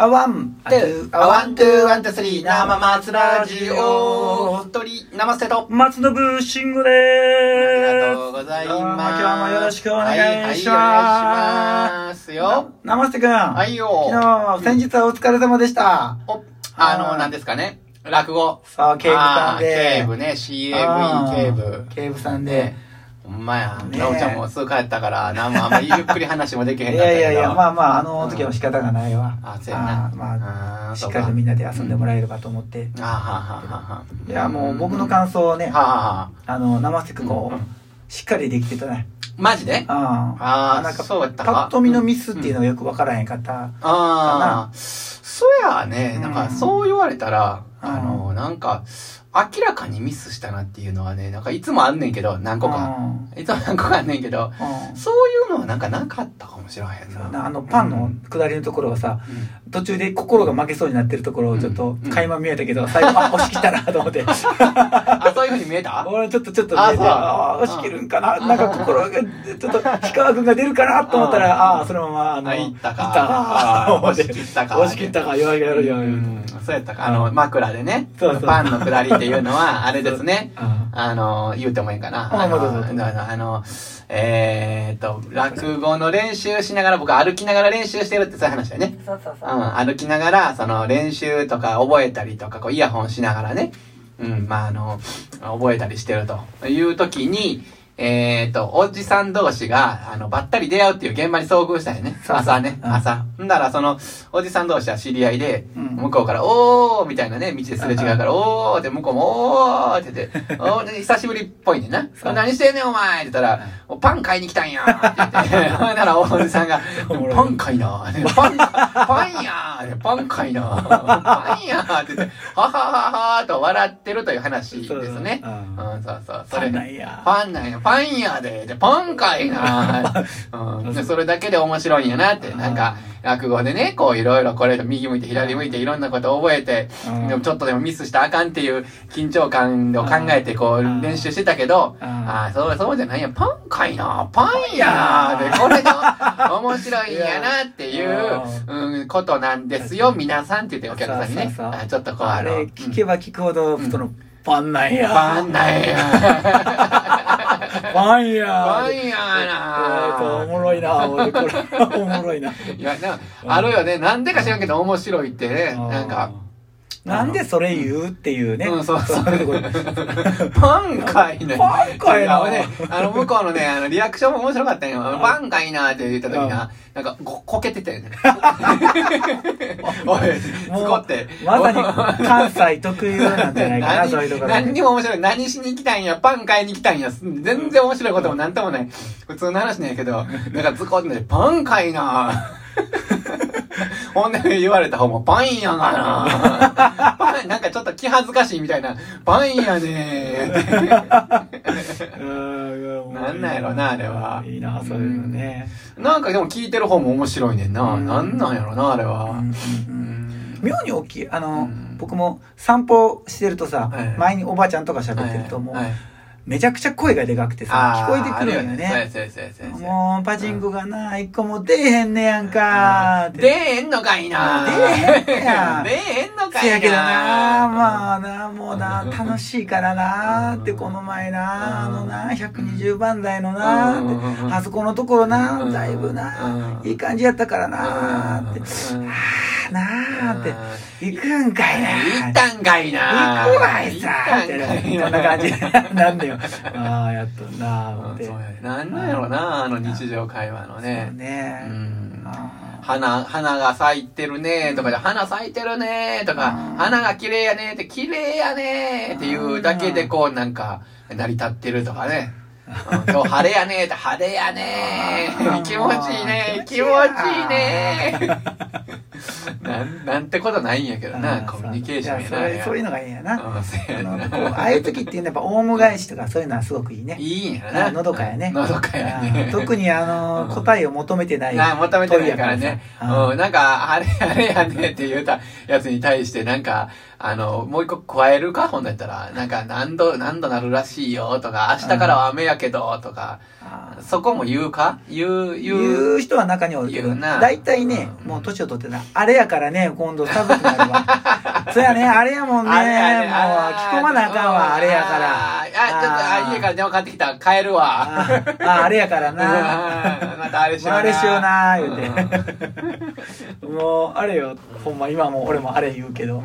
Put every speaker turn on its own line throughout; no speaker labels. あワン、ツー、あワン、ツー、ワン、ツー、スリー、生松ラジオ、一人、生瀬と。
松信慎吾で
ありが
ーす
とうござい
どうも
ます。
今日もよろしくお願いします
はい、はい、お願いしますよ。
生瀬くん、は
はいよ。
昨日、先日はお疲れ様でした。
お、あ
は
の、
い
なんですかね。落語。
さあ、警部さん
あー警
で。
部ね、CAVE
あ
警
ー
部。
警部さんで
ね。。ほんまや。
ねえ
なおちゃんもうすぐ帰ったから、なんもあんまりゆっくり話もでき
い
へんかっ
や
たけ
いや
ど。
いや、まあまあ、あの時は仕方がないわ。
あそうやな
あーま
あ
あ、
ー
し
そ
っ
う
か
か
りとみんなで遊んでもらえればと思って。
あはははは。
いや、もう僕の感想を
は
ね、
はは。
あの、生瀬くんこ
うん
う、しっかりできてたね。
マジで
あー
あ
な
あ、
んか
そうやったか。
パッと見のミスっていうのがよくわからへんかった。
ああ、そうやね、
うん
なんかそう言われたら、
うん
あの、なんか、明らかにミスしたなっていうのはね、なんかいつもあんねんけど、何個か。
うん
いつも何個かあんねんけど、
うん
そういうのはなんかなかったかもしれへん
そうや
な。
なあのパンの下りのところはさ
うん
途中で心が負けそうになってるところをちょっ
う
と
んうん
垣間見えたけど最後あ押し切ったなと 思って
あ、そういうふうに見えた
俺ちょっとちょっと見えて
あそう
ああー押し切るんかななんか心がちょっと氷川君が出るかなと思った
うん
らああーそのままあの
あ、いった
行
か。
った
あー
思って
押し切ったか。
押し切ったか弱いやろ弱いやろ
うんそうやったか。あの、枕でね、
そうそう
パンのくだりっていうのは、あれですね。
あ
あの、言うてもいいんかな。
あ
あの、
まあどうぞ
あのあのえーっと、落語の練習しながら、僕歩きながら練習してるってそういう話だよね。
そうそう
う
そ
ん、
う
歩きながら、その練習とか覚えたりとか、こうイヤホンしながらね、うん、まああの、覚えたりしてるという時に、えーっと、おじさん同士が、あの、ばったり出会うっていう現場に遭遇したよね。
そうそう
朝ね、
うん
朝。んだから、その、おじさん同士は知り合いで、
うん
向こうから、おーみたいなね、道ですれ違うから、おーって向こうも、おーって言 って、おー久しぶりっぽいねんな。
そう
何してんねんお前って言ったら、もうパン買いに来たんやって言 って、ほんならおじさんが、
おもろい
パン買いなパン、パンやーパン買いなパンやーって言って、ははははーと笑ってるという話
そう
ですね。
うん
うん、そうそう。そ
パ
れ
ンなんや
パンなんや、パンやで、で、パンかいな、うん、でそれだけで面白いんやなって、なんか、落語でね、こういろいろこれ、右向いて左向いていろんなことを覚えて、
うん
でもちょっとでもミスしたらあかんっていう緊張感を考えて、こう
うん
練習してたけど、
うん
ああ、そう、そうじゃないや、パンかいな、パンやで、これが面白いんやなって い
いうや、
うん、ことなんですよ、皆さんって言ってお客さんにね、
そうそうそう
あちょっとこう、
あ
の
れ
うん
聞けば聞くほどそのパンなん
パ
や
ンなんや。
パンや
パンや
えーと
な
おもろいな俺これ おもろいない
や、なあるよね。なんでか知らんけど面白いってね。なんか、
なんでそれ言うっていうね、
うん、そうそう。
いうところ
パンかいね。
パンかいな
やね、あの、向こうのね、あの、リアクションも面白かったんよ。パンかいなって言った時な、なんか、こ、こけてたよ ね。おい、つ
もう
こって。
まさに関西特有なんじゃないかな
何
そういうところ
何にも面白い。何しに来たんや、パン買いに来たんや。全然面白いこともなんともない。普通の話なんやけど、なんかズコって、パン買い なほんで言われた方も、パンやがな パン、なんかちょっと気恥ずかしいみたいな、パンやねなんなんやろなあれはい
いなそういうのね、
なんかでも聞いてる方も面白いねんな。
うん
なんなんやろな、あれ
うん
は。
う
うん
うん
ん
妙に大きいあの、
うん
僕も散歩してるとさ、
はい
前におばあちゃんとか喋ってるともう、
はいはい
めちゃくちゃ声がでかくてさ
あー
聞こえてくるんよ
あるよ
ね
そうやそうやそうやそうや
もうパチンコがな一個も出えへんねやんかーって
出えんのかいな
出えへんやん
出えへんのかいな
せやけどなま
あ。
あなもうな楽しいからなってこの前なあのな120番台のな
うんうんうん
あそこのところな
うん
だいぶな
うん
いい感じやったから
あ
な
ー
って
うん
あなあ
あ
って行くんかいな
行ったんかいな
行くわいさ
行っ
み
た
た
ん
い
か
ないそんな感じ なんだよああやっとんなあ思って
うん
そ
そう
う
やなんなんやろなあの日常会話のねう
ね
ん
あ
花、花が咲いてるねとかで、花咲いてるねとか
うん、
花が綺麗やねって、綺麗やねっていうだけでこうなんか、成り立ってるとかね。うん今日晴れやねって、晴れやね
うん
気持ちいいね気持ちい
気
い
持ちいいな
ね なん、なんてことないんやけどな、
あ
コミュニケーションや
いや
な。
それそういうのがいいんやな
うんせ
あ
や
の
な
こうああいう時っていうのはやっぱオウム返しとかそういうのはすごくいいね
いいんや
あ
な。
のどかやね
のどかやね
あ。特にあの、
うん
答えを求めてない
な求めてないからね。
問いやからさ
うん、なんか、あれあれやねって言うたやつに対して、なんか、あの、もう一個加えるかほんだったら、なんか、何度、何度なるらしいよとか、明日からは雨やけど、とか、
うんあ
そこも言うか言う、
言
言う。
う人は中におるけど
言うな
大体ね、
うん
もう年を取ってたあれやからね今度寒くなるわそうやねあれやもんねもう
あれあれ
着込まなあかんわあれやか。ら
あーあ、ちょっと、あ、家から電話買ってきた。帰るわ。
あーあーあれやからな
あ ーまたあれしような。
あれしような言う
うて。
もうあれよほんま今もう俺もあれ言うけど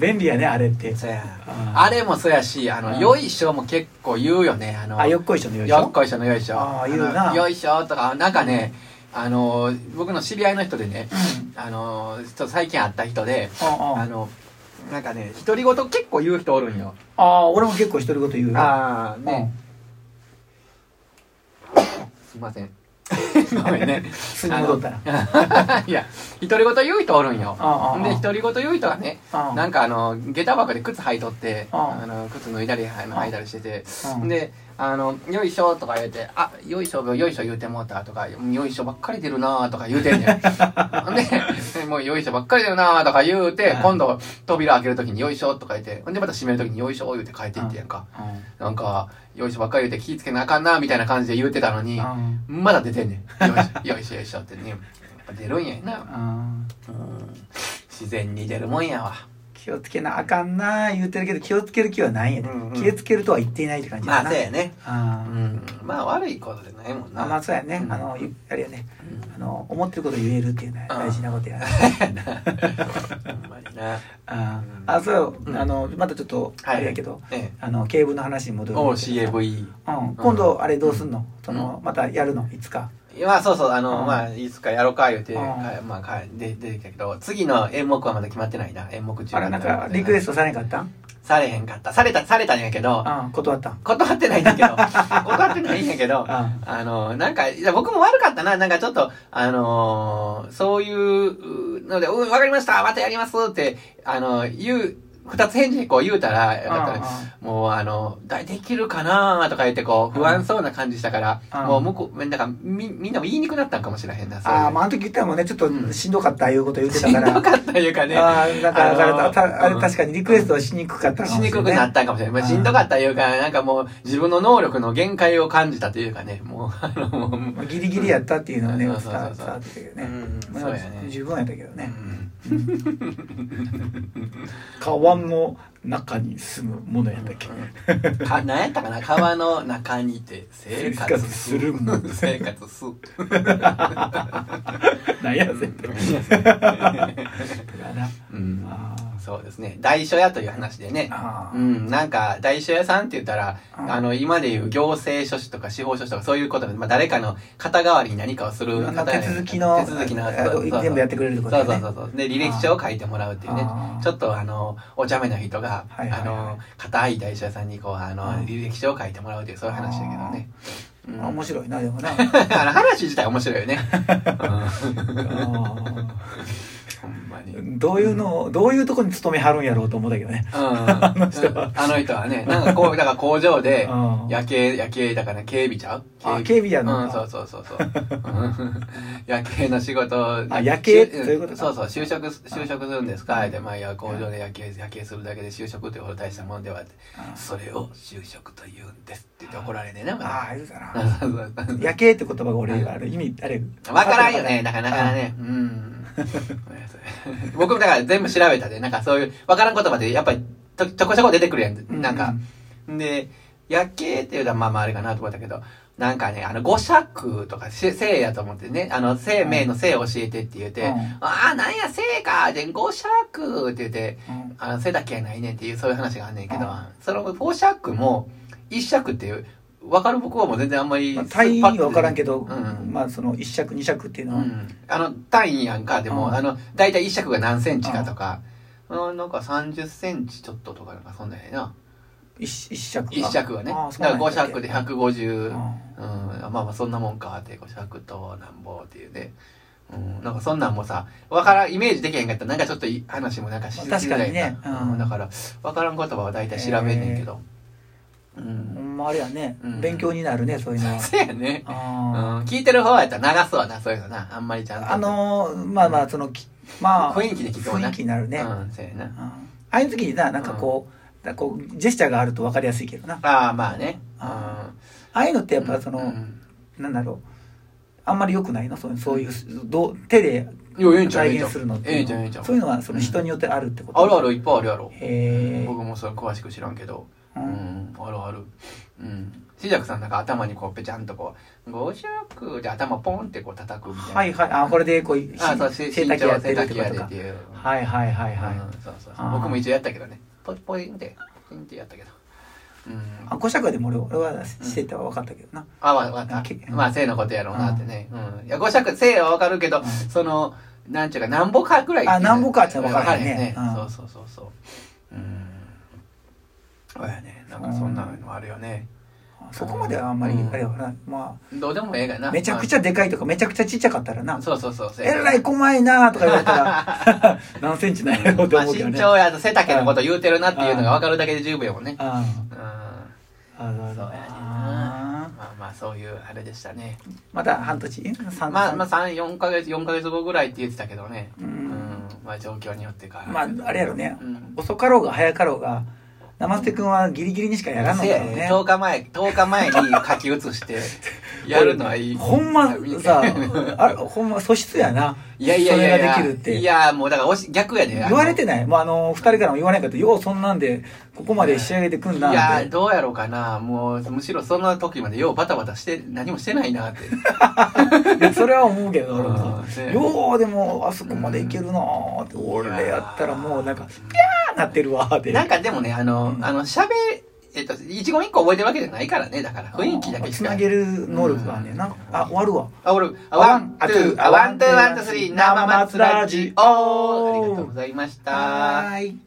便利やねあれって
そうや。
あ
あれもそうやし、あ
う
の、
ん
よいしょも結構言うよね。あの、
あよっこいしょのよいし
よっ
ょ
こいしょのよいしょ。
あー言うな
あのよいしょとか、なんかね、あの、僕の知り合いの人でね、あの、ちょっと最近会った人で、
うんうん
あの、なんかね、独り言結構言う人おるんよ。
ああ俺も結構独り言言うよ
ああ、
うん
ね、すいません。 ごめんね。
すぐ戻ったら
あのいや、独り言言う人おるんよ。
ああ
で、独り言言う人がね、
あ
なんかあの、下駄箱で靴履いとって、
あ
あの、靴脱いだりあの
あ
履いたりしてて、
うん
で、あの、よいしょとか言うて、あ、よいしょ、よいしょ言うてもうたとか、よいしょばっかり出るなとか言うてんね ん。で、もうよいしょばっかり出るなとか言うて
う、ん
今度扉開けるときによいしょとか言って、ほんでまた閉めるときによいしょ言うて帰っていってやんか。
うん
なんか、よいしょばっかり言うて気ぃつけなあかんなみたいな感じで言うてたのに、
うん
まだ出てんねん。よいしょ、よいしょよいしょってね。やっぱ出るんやな。
うん
自然に出るもんやわ。
気をつけなあかんな言うてるけど気をつける気はないんやで、
うんうん
気をつけるとは言っていないって感じ
ま
だ
あ、
な、
そうやね。う
あ
ん。まあ、悪いことじゃないもん
あ
な。
まあそうやね、
うん
あのゆあれやねあの思ってること言えるっていうのは
うん
大事な ことやな、
ほんまにな。
あーあそう、
うん
あのまたちょっと
はい
あれやけど、
え
あの警部の話に戻
え。
る
お
ん
う、
だけど
CAVE。
うん、今度あれどうすんの、そのまたやるのいつか
まあ、そうそう、あ
う
の、
ん
まあ、いつかやろうか言うて、
うん
かまあ、かで出てきたけど、次の演目はまだ決まってないな。演目中
あらなんかリクエス
ト
トされんかったん、
されへんかった。された、されたんやけど、
うん、断ったん
断ってないん だけど、断ってないんやけど、
あ
あの、なんか、いや僕も悪かったな。なんかちょっと、あのーそういうので、うん、わかりましたまたやりますって、あの言う、二つ返事こう言うたら、なんかもうあの、だできるかなとか言ってこう、不安そうな感じしたから、
うん
もう向こう、なんかみ、みんなも言いにくなったんかもしれへんな。そういう
あーまああの時言ったもんねちょっとしんどかったいうこと言って
した
か
ん
ら
どかったいうかね。
ああ、だから、
あのー
たあれ
うん
確かにリクエストしにくかったかも
し
れ
にくくなったかもしれない。まあ、
うん
しんどかったいうか、なんかもう自分の能力の限界を感じたというかね、もう、あの、もう、
まあ、ギリギリやったっていうのはね、
うん
伝わ伝
そうそうそう
わってたけどね。
うん
まあ
そうやね
十分やったけど
う
ね。
ん
川の中に住むものやったっけ。
か何やったかな川の中にて生活する
生活する
生活する
なんやぜって。
うん
あ
そうですね大書屋という話でね
ーあ
う
ー。
ん、なんか、大書屋さんって言ったら、
うん
あの、今でいう行政書士とか司法書士とかそういうことで、まあ、誰かの肩代わりに何かをする
あの
方
手
や
続きの
手続きの
あの全部やってくれるってこと
そう
だね
そうそうそう。で、履歴書を書いてもらうっていうね
あ。ー
ちょっとあの、お茶目な人が、
はいはいはい
あの、硬い大社屋さんにこう、あの、
うん
履歴書を書いてもらうっていう、そういう話だけどね。う
あ面白いなでもな。
ん、あの話自体面白いよね。うん
あ
ほんまに。うん。
ーどういうのをどういうとこに勤めはるんやろうと思ったけどね。
あ
の人は
の人はね、なんかこう、だから工場で
うん、
夜景、夜景だから警備ちゃう
あ警備やんのか
うん、そうそうそう そう。うん夜景の仕事を
あ夜景
し
そういうことか
そうそう、就職、就職するんですかで、まあ、いや工場で夜景、夜景するだけで就職というほど大したもんではって
あ
それを就職と言うんですって言って怒られねえな、まだ
ああ言うたな。
そうそうそう
夜景って言葉が俺あれ意味あれ。
わからんよね、なかなかね。うん。 僕もだから全部調べたで、なんかそういう、わからん言葉で、やっぱり、と、ちょこちょこ出てくるやん。
うん。
なんか、で、夜景っていうのはまあまああれかなと思ったけど、なんかね、あの、五尺とか、せ、せいやと思ってね、あの、生命の生教えてって言って、
うん
ああ、なんや、生か、で、五尺って言って、
うん。
あの、背だけやないねんっていう、そういう話があんねんけど、
うん
その五尺も、一尺っていう、わかる僕はもう全然あんまり、
まあ、単位は分からんけど、
うん
まあその一尺二尺っていうのは、
うんあの単位やんかでも、
うん
あの大体一尺が何センチかとか、うん、なんか30センチちょっととかなんかそんなんやな
一一尺が
一尺がねだ
あ
か
あそうな
ら
んや
5尺で150、う
うん
ん、まあまあそんなもんかって5尺となんぼっていうね、うん、なんかそんなんもさわからんイメージできへんかったらなんかちょっとい話もなんかしづらい
まあ確かにね
な
うん
うんだからわからん言葉は大体調べんねんけど、うん
ほんまあれやね、
うん
勉強になるねそういうのは
そうやね、うん
あ、
聞いてる方やったら流すわなそういうのなあんまりちゃんと
あのーまあまあそのきまあ
雰囲気で聞くわな
雰囲気になるね、うんあ
うんそうやな
あいう時にななんかこう、だこうジェスチャーがあると分かりやすいけどな
ああまあね
ああいうのってやっぱその、
うん
なんだろうあんまり良くないのそうそういうどう手で
いや、ええんちゃうええ
体
んちゃ
現するの
う
っ。て
ええ
い
んちゃうええん
う
ちゃ
の
う。
そういうのはその人によってあるってこと
あるある、いっぱいあるやろ。
へえ
僕もそれ詳しく知らんけど。
う
うんん、あるある。うん。シジャクさんなんか頭にこう、ぺちゃんとこう、五尺で頭ポンってこう叩くみたいな。
はいはいあこれでこうし
あ、そう、
背丈やってるって
背丈
こ
や
と
でっ
か
ていう。
はいはいはいはい、
うんそうそう
あー
僕も一応やったけどね。ポイポインって、ポインってやったけど。うん。
あ五尺はでも俺俺はしてたは分かったけどな、
あ、わわかっ
け
た。まあ、性のことやろうなってね。うん。いや、五尺、性はわかるけど
うん、
その、なんちゅうか、なんぼかくらいっていう。
あなんぼかってのはわからん
わ
ね
からん
う
よね
ん
そうそうそうそう。うん。そうやね。なんかそんなのあるよね。
そこまではあんまりあれはな、ま
どうでもええが
あ
な。
めちゃくち
ゃ。
ゃでかいとかめちゃくちゃちっちゃかったらな
そうそうそう。
えらい細いなとか言われた ら何センチなんやろうって
まあ、
思うけど
身
ね、
長やと背丈のこと言うてるなっていうのがわかるだけで十分やもんね。
あ
うん。ま
ああるある
そうやねん
あ
あまあ、そういうあれでしたね。
ーまた半年3
まあ、まあ、3、4ヶ月、4ヶ月後ぐらいって言ってたけどね。
う
うんん。まあ、状況によってか。
まああれやろね
うん。
遅かろうが早かろうが生瀬くんはギリギリにしかやらない
せ
だ
や
ろう
ね
ね
10日前10日前に書き写して やるのはいい
ほんま
いいね
さあほんま素質やない
やいやいやいや
それができるって
いやもうだからおし逆やで
言われて
い
ないもうあの二人からも言わないけどようそんなんでここまで仕上げてくん
い
な
や
って
どうやろうかなもうむしろその時までようバタバタして何もしてない なって
いやそれは思うけど俺もさ
うんせや
ようでもあそこまでいけるなーって俺やったらもうなんかピャーなってるわーって
なんかでもねあ
う
の、
ん
あの喋えっと一言一個覚えてるわけじゃないからねだから雰囲気だけ
つなげ
る
る能力があんねんなあ終わるわ
あ俺あワンツーあワンツーワンツースリー生松ラジオありがとうございました
ーい